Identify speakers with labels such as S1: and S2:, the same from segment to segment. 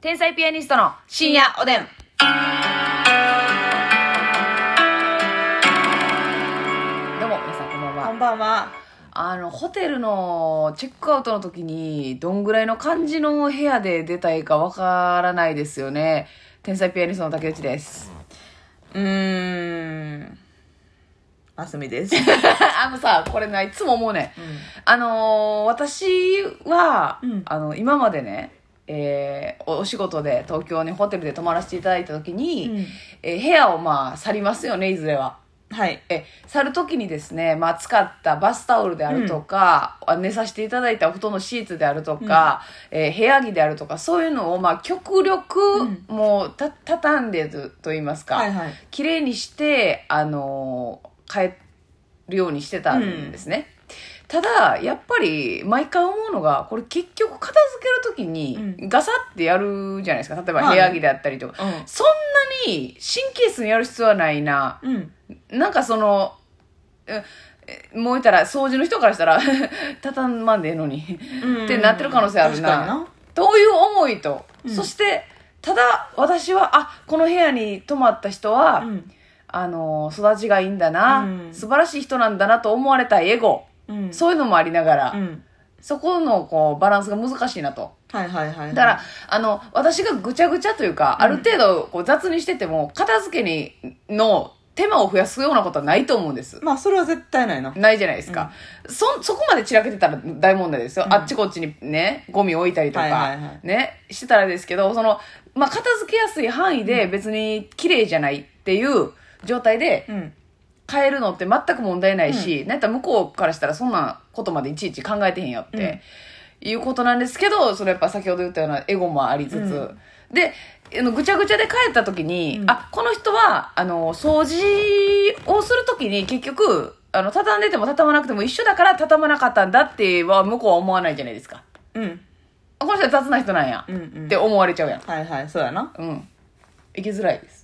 S1: 天才ピアニストの深夜おでん。どうも、皆さんこんばん
S2: こ
S1: は。
S2: んばんは。
S1: あの、ホテルのチェックアウトの時に、どんぐらいの感じの部屋で出たいかわからないですよね。天才ピアニストの竹内です。
S2: うーん。あす みです。
S1: あのさ、これね、いつも思うね。あのー私は、
S2: うん
S1: あの、今までね、えーおお仕事で東京にホテルで泊まらせていただいた時に、
S2: うん
S1: えー部屋をまあ去りますよねいずれは。
S2: はい。
S1: え去る時にですね、まあ、使ったバスタオルであるとか、あ寝させていただいたお布団のシーツであるとか、えー部屋着であるとかそういうのをまあ極力、
S2: ん
S1: もうた畳んでると言いますか、
S2: はいはい。
S1: 綺麗にして、あのー変えるようにしてたんですね。ただ、やっぱり、毎回思うのが、これ結局片付けるときに、
S2: う
S1: ガサってやるじゃないですか。例えば
S2: まあ
S1: 部
S2: ね
S1: 屋着であったりとか。
S2: う
S1: そんなに神経質にやる必要はないな。
S2: ん。うん。
S1: なんかその、ええもう言ったら、掃除の人からしたら、 畳まんでええのに。 ってなってる可能性あるな
S2: 確かにな。
S1: という思いと、
S2: うん
S1: そして、ただ私は、あ、この部屋に泊まった人は、
S2: うん
S1: あの育ちがいいんだな、
S2: うん
S1: 素晴らしい人なんだなと思われたいエゴ、
S2: うん。
S1: そういうのもありながら、
S2: うん。
S1: そこのこうバランスが難しいなと。
S2: はいはいはい。
S1: だから、、あの、私がぐちゃぐちゃというか、ある程度こう雑にしてても、片付けにの手間を増やすようなことはないと思うんです。
S2: まあそれは絶対ないな。
S1: ないじゃないですか、そそこまで散らけてたら大問題ですよ、
S2: うん
S1: あっちこっちにねゴミ置いたりとか、
S2: はいはいはい
S1: ねしてたらですけどその、まあ、片付けやすい範囲で別に綺麗じゃないっていう状態で
S2: うん。
S1: 変えるのって全く問題ないし、なんやったら向こうからしたらそんなことまでいちいち考えてへんよって、いうことなんですけどそれやっぱ先ほど言ったようなエゴもありつつ、
S2: うん
S1: であのぐちゃぐちゃで帰った時に、
S2: うん
S1: あこの人はあの掃除をする時に結局あの畳んでても畳まなくても一緒だから畳まなかったんだっては向こうは思わないじゃないですか
S2: うん。
S1: あこの人は雑な人なんや、
S2: うん。う
S1: っ
S2: ん
S1: て。思われちゃうやん
S2: はいはい。そうやな。
S1: うん行きづらいです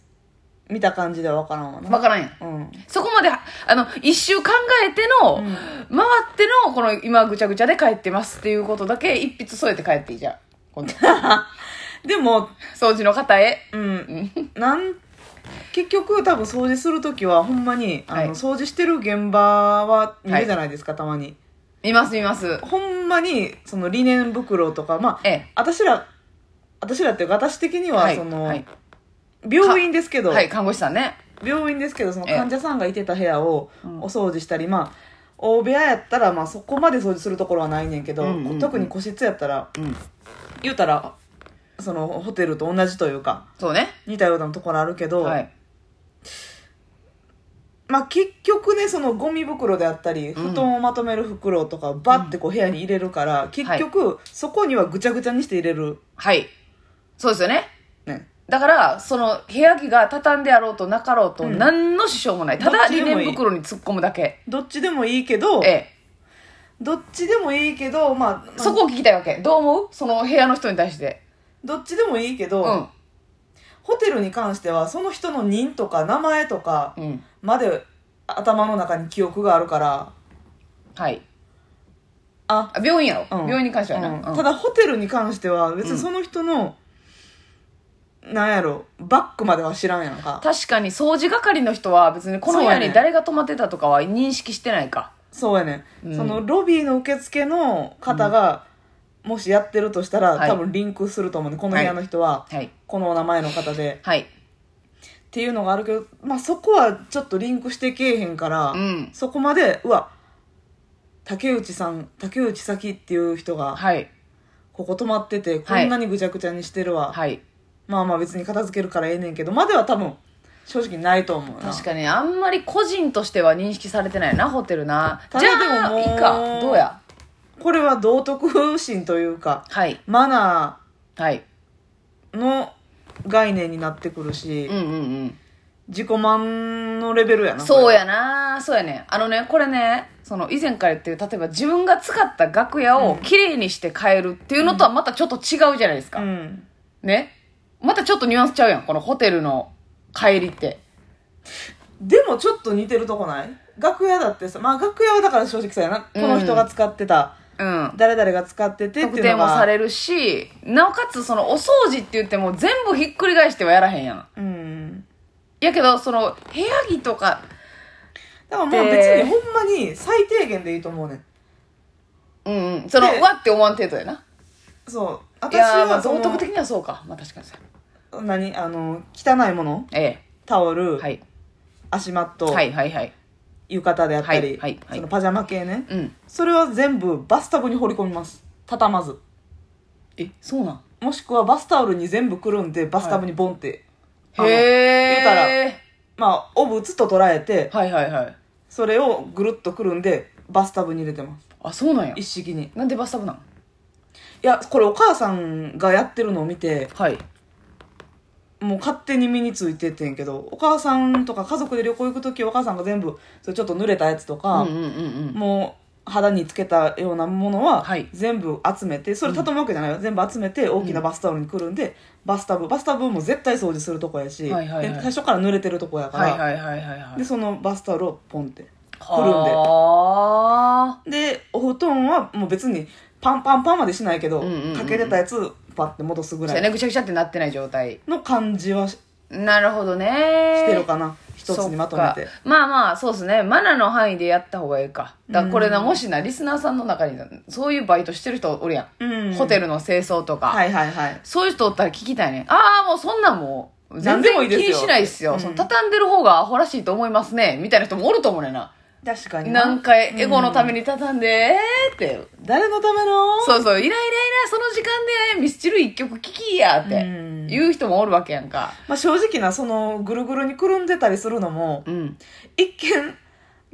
S2: 見た感じではわからんわな。
S1: わからんやん
S2: うん。
S1: そこまで、あの、一周考えての、
S2: うん
S1: 回っての、この今ぐちゃぐちゃで帰ってますっていうことだけ一筆添えて帰っていいじゃん。今度。
S2: でも、
S1: 掃除の方へ。
S2: うん。なん、結局多分掃除するときはほんまに、あ
S1: はい
S2: の、掃除してる現場は見るじゃないですか、たまに。
S1: 見ます見ます。
S2: ほんまにそのリネン袋とかまあ、
S1: ええ
S2: 私ら私らっていうか私的にはその、
S1: はい、
S2: 病院ですけど、
S1: はい看護師さんね。
S2: 病院ですけどその
S1: ええ
S2: 患者さんがいてた部屋を
S1: うん
S2: お掃除したり、まあ大部屋やったら、まあ、そこまで掃除するところはないねんけど、
S1: うんうんうん
S2: 特に個室やったら
S1: うん。
S2: 言うたらそのホテルと同じというか
S1: そうね。
S2: 似たようなところあるけど、
S1: はい。
S2: まあ、結局ねそのゴミ袋であったり
S1: うん
S2: 布団をまとめる袋とかバッてこう部屋に入れるから、結局、そこにはぐちゃぐちゃにして入れる
S1: はい。そうですよね。
S2: ね
S1: だから、その、部屋着が畳んであろうとなかろうと、
S2: うん
S1: 何の支障もない。た
S2: ど
S1: だ、
S2: っち
S1: リ
S2: でもいい
S1: ネン袋に突っ込むだけ。
S2: どっちでもいいけど、
S1: ええ。
S2: どっちでもいいけど、まあ、まあ
S1: そこを聞きたいわけ。どう思うその部屋の人に対して。
S2: どっちでもいいけ
S1: う
S2: ど、
S1: ん。
S2: ホテルに関してはその人の人とか名前とか
S1: うん。
S2: まで頭の中に記憶があるから、
S1: はい。
S2: あ、
S1: あ病院やろ、
S2: うん
S1: 病院に関してはな、
S2: うん
S1: うん
S2: ただホテルに関しては別にその人の、なんやろ、バックまでは知らんやんか。
S1: 確かに掃除係の人は別にこの部屋に誰が泊まってたとかは認識してないか、
S2: そうやね、
S1: うん
S2: ん。そのロビーの受付の方が、もしやってるとしたら、
S1: はい
S2: 多分リンクすると思うね。この部屋の人は、
S1: はい
S2: このお名前の方で。
S1: はい
S2: っていうのがあるけど、まあ、そこはちょっとリンクしてけえへんから、
S1: うん
S2: そこまでうわ竹内さん竹内咲っていう人が
S1: はい
S2: ここ泊まっててこ
S1: はい
S2: んなにぐちゃぐちゃにしてるわ、
S1: はい
S2: まあまあ別に片付けるからええねんけどまでは多分正直ないと思うな
S1: 確かにあんまり個人としては認識されてないなホテルな
S2: た
S1: じ
S2: だ
S1: ゃ
S2: でも
S1: あ
S2: もう
S1: いいかどうや
S2: これは道徳心というか
S1: はい
S2: マナ
S1: はい
S2: ーの概念になってくるし、
S1: うんうん
S2: 自己満のレベルや
S1: うん
S2: な
S1: そうやなそうやねあのねこれねその以前から言ってる例えば自分が使った楽屋をきれいにして変えるっていうのとはまたちょっと違うじゃないです
S2: こ
S1: か、
S2: れうん
S1: ねまたちょっとニュアンスちゃうやんこのホテルの帰りって
S2: でもちょっと似てるとこない楽屋だってさまあ楽屋はだから正直さやなこの人が使ってた
S1: うん。
S2: 誰々が使っててって
S1: 特
S2: いう
S1: 定
S2: の
S1: も
S2: が
S1: されるし、なおかつそのお掃除って言っても全部ひっくり返してはやらへんやん。
S2: うん
S1: やけど、その部屋着とか、
S2: だからもう
S1: で
S2: 別にほんまに最低限でいいと思うねん
S1: うんうん。その、
S2: で
S1: うわって思わん程度やな。
S2: そう
S1: い
S2: 私
S1: やー、ま
S2: は
S1: あ
S2: その
S1: 道徳的にはそうか。まあ確かにそうや
S2: 何あの汚いもの
S1: え
S2: タオル、
S1: え。はい。
S2: 足マット、
S1: はいはいはい。
S2: 浴衣であったり、
S1: はいはいはい
S2: そのパジャマ系ね、
S1: うん。
S2: それは全部バスタブに放り込みます畳まず
S1: え、そうなん
S2: もしくはバスタオルに全部くるんでバスタブにボンって、あの
S1: へえ。
S2: 言まあおぶつと捉えて
S1: はいはいはい。
S2: それをぐるっとくるんでバスタブに入れてます
S1: あ、そうなんや。
S2: 一式にい
S1: なんでバスタブなん
S2: やこれお母さんがやってるのを見て
S1: はい。
S2: もう勝手に身についてってんけどお母さんとか家族で旅行行く時お母さんが全部それちょっと濡れたやつと
S1: うん
S2: か、
S1: うんうんうん。
S2: もう肌につけたようなものは
S1: はい
S2: 全部集めて、それ畳むわけじゃないよ、全部集めて大きなバスタオルにくるんで、バスタブバスタブも絶対掃除するとこやし、
S1: はいはいはい
S2: で最初から濡れてるとこやから、
S1: はいはいはいはいはい。
S2: でそのバスタオルをポンっ
S1: く
S2: てるんで
S1: あ
S2: でお布団はもう別にパンパンパンまでしないけど、
S1: うんうんうんうん
S2: かけてたやつパッて戻すぐ
S1: ー
S2: ら
S1: そうや
S2: い
S1: ねぐちゃぐちゃってなってない状態
S2: の感じはし
S1: なるほどね
S2: してるかな、一つにまとめて
S1: そっかまあまあそうですねマナの範囲でやった方がいいかだからこれな、
S2: うん
S1: もしなリスナーさんの中にそういうバイトしてる人おるやん、
S2: うん
S1: ホテルの清掃とか、
S2: はいはいはい
S1: そういう人おったら聞きたいねああもうそんなんもう全
S2: 何でもいい
S1: 然
S2: で
S1: 気
S2: すよ
S1: にしないっすよ
S2: うん
S1: その畳んでる方がアホらしいと思いますねみたいな人もおると思うねんな
S2: 確かにな
S1: 何回エゴのために畳んでえーって
S2: 誰のための
S1: そうそう、イライライラ、その時間でミスチル一曲聴きやって
S2: うん
S1: 言う人もおるわけやんか。
S2: まあ、正直なそのぐるぐるにくるんでたりするのも
S1: うん。
S2: 一見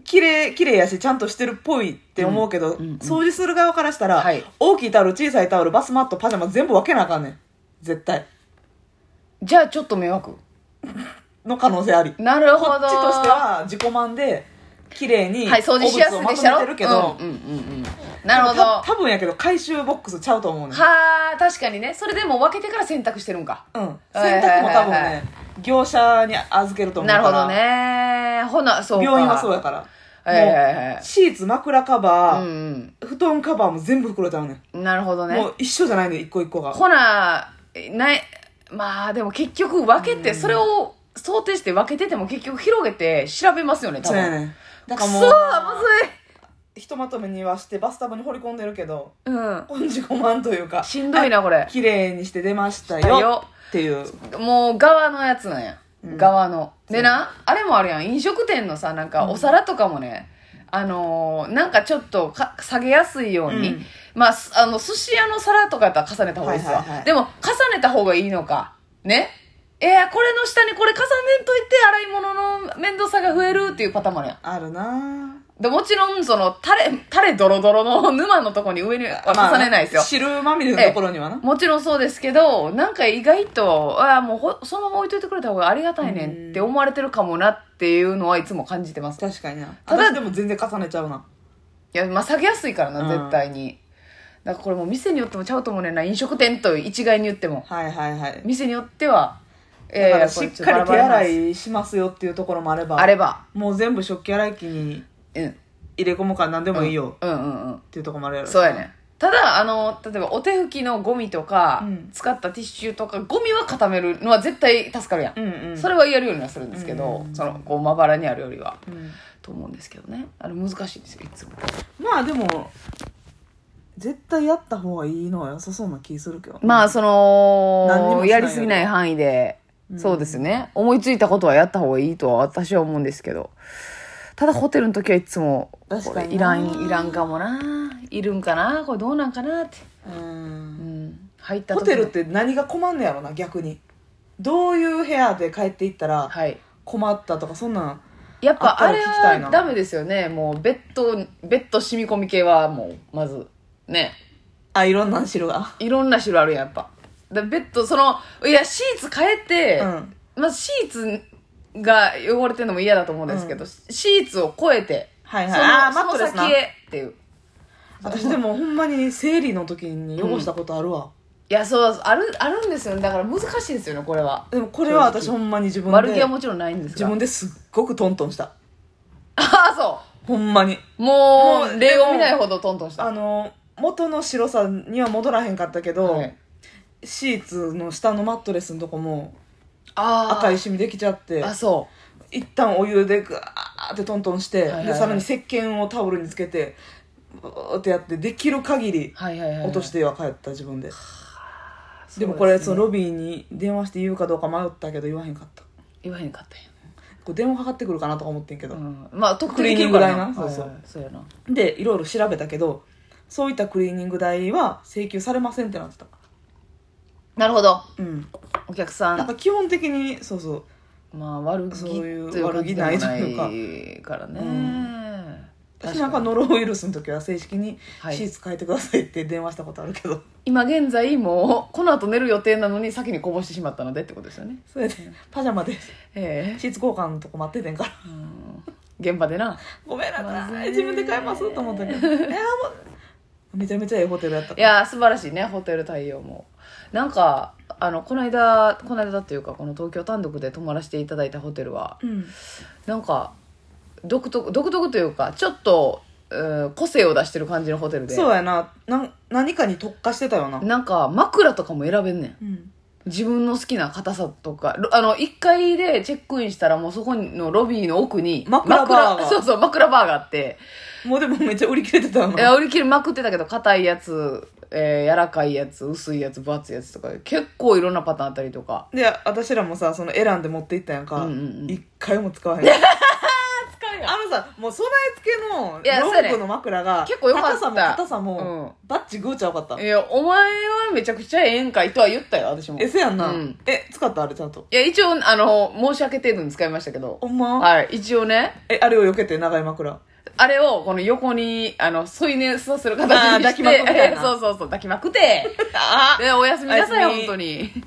S2: 綺麗綺麗やしちゃんとしてるっぽいって思うけど、
S1: うんうんうん
S2: 掃除する側からしたら、
S1: はい
S2: 大きいタオル小さいタオルバスマットパジャマ全部分けなあかんねん絶対
S1: じゃあちょっと迷惑。
S2: の可能性あり
S1: なるほ
S2: こ
S1: ど。
S2: っちとしては自己満で綺麗に
S1: はい、掃除しやすいでしょ
S2: お物をまとめてるけど、
S1: うんうんうんうん。なるほど。
S2: た
S1: は
S2: 多分やけど回収ボックスちゃうと思うねん
S1: あ、確かにね。それでも分けてから洗濯してるんか。
S2: うん
S1: はいは
S2: 洗
S1: いはい
S2: 濯も多分ね、業者に預けると思う
S1: な
S2: か
S1: る
S2: ら
S1: ほどね。ほな、そうか。
S2: 病院はそうやから、
S1: はいはいはい
S2: もうシーツ枕カバ
S1: う
S2: ー、
S1: ん
S2: 布団カバーも全部袋ちゃうねん
S1: うん。なるほどね
S2: も。う一緒じゃないの一個一個が
S1: ほな、ない、まあでも結局分けて、それを想定して分けてても結局広げて調べますよね、多
S2: そうや
S1: 分。
S2: ねんだ
S1: く
S2: から
S1: そ
S2: も
S1: ー、
S2: う
S1: まずい。
S2: ひとまとめにはしてバスタブに放り込んでるけど
S1: うん。
S2: 本自己満というか
S1: しんどいな、これ。
S2: 綺麗にして出ました
S1: は
S2: よ
S1: いよ
S2: っていう
S1: もう、側のやつなんや。
S2: うん
S1: 側の。でな、あれもあるやん。飲食店のさ、なんか、お皿とかもね、あのーなんかちょっとか下げやすいように、
S2: うん
S1: まあ、すあの、寿司屋の皿とかやったら重ねた方がいいですわ。
S2: はいはいはい
S1: でも、重ねた方がいいのか。ねえー、これの下にこれ重ねんといて、洗い物の面倒さが増えるっていうパターンもあるやん。
S2: あるな
S1: で、もちろん、その、タレ、タレドロドロの沼のとこに上には重ねないですよ。
S2: 汁まみれのところにはな
S1: もちろんそうですけど、なんか意外と、ああ、もうほそのまま置いといてくれた方がありがたいねんって思われてるかもなっていうのはいつも感じてます。い
S2: 確かにな
S1: ただ
S2: 私でも全然重ねちゃうな
S1: や、まあ、下げやすいから
S2: うん
S1: な、絶対に。だからこれもう店によってもちゃうと思うねんな、飲食店と一概に言っても。
S2: はいはいはい
S1: 店によっては、
S2: だから
S1: こ
S2: し
S1: れ
S2: っ
S1: ちょ
S2: かり
S1: とバ
S2: 手
S1: ラバラな
S2: 洗
S1: んです
S2: いしますよっていうところもあれば
S1: あれば。
S2: もう全部食器洗い機に
S1: うん。
S2: 入れ込むから何でもいいよ
S1: うんうんうん。
S2: っていうところもあるやろ
S1: そうやねん。ただ、あの、例えばお手拭きのゴミとか、
S2: うん
S1: 使ったティッシュとか、ゴミは固めるのは絶対助かるやん。
S2: うんうん
S1: それはやるようにはするんですけど、
S2: うん
S1: そのこうまばらにあるよりは、
S2: うん
S1: と思うんですけどねあれ難しいんですよいつも
S2: まあでも絶対やった方がいいのは良さそうな気するけど
S1: まあその
S2: 何にもしない
S1: やりすぎない範囲で、
S2: うん
S1: そうですね思いついたことはやった方がいいとは私は思うんですけどただホテルの時はいつも
S2: 確
S1: こ
S2: か
S1: れ
S2: に
S1: いらんいらんかもないるんかなこれどうなんかなって、
S2: うん
S1: うん、入った
S2: ホ
S1: 時
S2: テルっ
S1: の
S2: て何が困んねやろな逆にどういう部屋で帰っていったら
S1: はい
S2: 困ったとかそんなん
S1: やっぱあれ
S2: あったら聞きたいな
S1: はダメですよねもうベッドベッド染み込み系はもうまずね
S2: あいろんなん知るわ
S1: いろんな種類あるやんやっぱだベッドそのいやシーツ変えて、
S2: うん
S1: まずシーツが汚れてるのも嫌だと思うんですけど、シーツを超えて、
S2: はい
S1: そ
S2: はい
S1: の
S2: あー
S1: そ
S2: マ
S1: の
S2: ットレスな
S1: 先へっていう
S2: 私でもほんまに生理の時に汚したことあるわ、
S1: いやそうあるあるんですよねだから難しいですよねこれは
S2: でもこれは
S1: 正直
S2: 私ほんまに自分
S1: 悪気
S2: で
S1: はもちろんないんです
S2: 自
S1: が
S2: 分ですっごくトントンした
S1: ああそ
S2: ほんまに
S1: うも
S2: もう
S1: う例を見ないほどトントンした
S2: あの元の白さには戻らへんかったけど、
S1: はい
S2: シーツの下のマットレスのとこも
S1: あー
S2: 赤いシミできちゃって
S1: あそ
S2: 一旦お湯でガーってトントンし
S1: は
S2: て、
S1: いはいはい
S2: でさらに石鹸をタオルにつけてブーってやってできる限り
S1: うはいはいはいはい
S2: 落としては帰った自分で、
S1: そう
S2: でもこれ
S1: す
S2: そ
S1: ね
S2: のロビーに電話して言うかどうか迷ったけど言わへんかった
S1: 言わへんかったんや
S2: こう電話かかってくるかなとか思ってんけど、
S1: うんまあ特
S2: クリーニング代なそうそう
S1: そうやな
S2: でいろいろ調べたけどそういったクリーニング代は請求されませんってなってた
S1: なるほど
S2: うん
S1: お客さ
S2: なん
S1: ん
S2: か基本的にそうそう
S1: まあ悪気
S2: そ
S1: と
S2: うい
S1: いう感
S2: う
S1: じでも
S2: 悪気ないというか
S1: ないからね、
S2: 私なんかノロウイルスの時は正式に
S1: はい
S2: シーツ変えてくださいって電話したことあるけど、
S1: 今現在もうこの後寝る予定なのに先にこぼしてしまったのでってことですよね
S2: それでパジャマで
S1: ええ
S2: シーツ交換のとこ待っててんから
S1: うん現場でな
S2: 「ごめんな
S1: まず
S2: さ
S1: い
S2: い自分で買います」と思ったけど「いやもうめちゃめちゃええホテルやった
S1: いやー素晴らしいねホテル対応もなんかあのこの間この間っていうかこの東京単独で泊まらせていただいたホテルは
S2: うん
S1: なんか独特独特というかちょっと、うん個性を出してる感じのホテルで
S2: そうやななん何かに特化してたよな、
S1: なんか枕とかも選べんねん
S2: うん、
S1: 自分の好きな硬さとかろあの1階でチェックインしたらもうそこのロビーの奥に
S2: 枕バーが
S1: そうそう枕バーがあって、
S2: もうでもめっちゃ売り切れてたよ
S1: いや
S2: な
S1: 売り切れまくってたけど硬いやつ、えー柔らかいやつ薄いやつ分厚いやつとか結構いろんなパターンあったりとか
S2: で私らもさその選んで持って行ったやんか、
S1: うんうんうん
S2: 一回も使 わへんあ
S1: 使う
S2: のさもう備え付けの
S1: いやそう
S2: ロ
S1: や
S2: ン
S1: ね
S2: グの枕が
S1: 結構良かった
S2: 高さも硬さも、バッチグーちゃうかった
S1: いやお前はめちゃくちゃええんかいとは言ったよ私も
S2: え
S1: い
S2: せやんな、
S1: うん
S2: え使ったあれちゃんと
S1: や一応あの申し訳程度に使いましたけど
S2: ほんま、
S1: はい一応ね
S2: えあれを避けて長い枕
S1: あれをこの横にあの添い寝させる形にして
S2: あー抱きまくみたいな
S1: そうそうそう抱きまくって
S2: あ
S1: でおやすみなさい
S2: おやすみ
S1: 本当に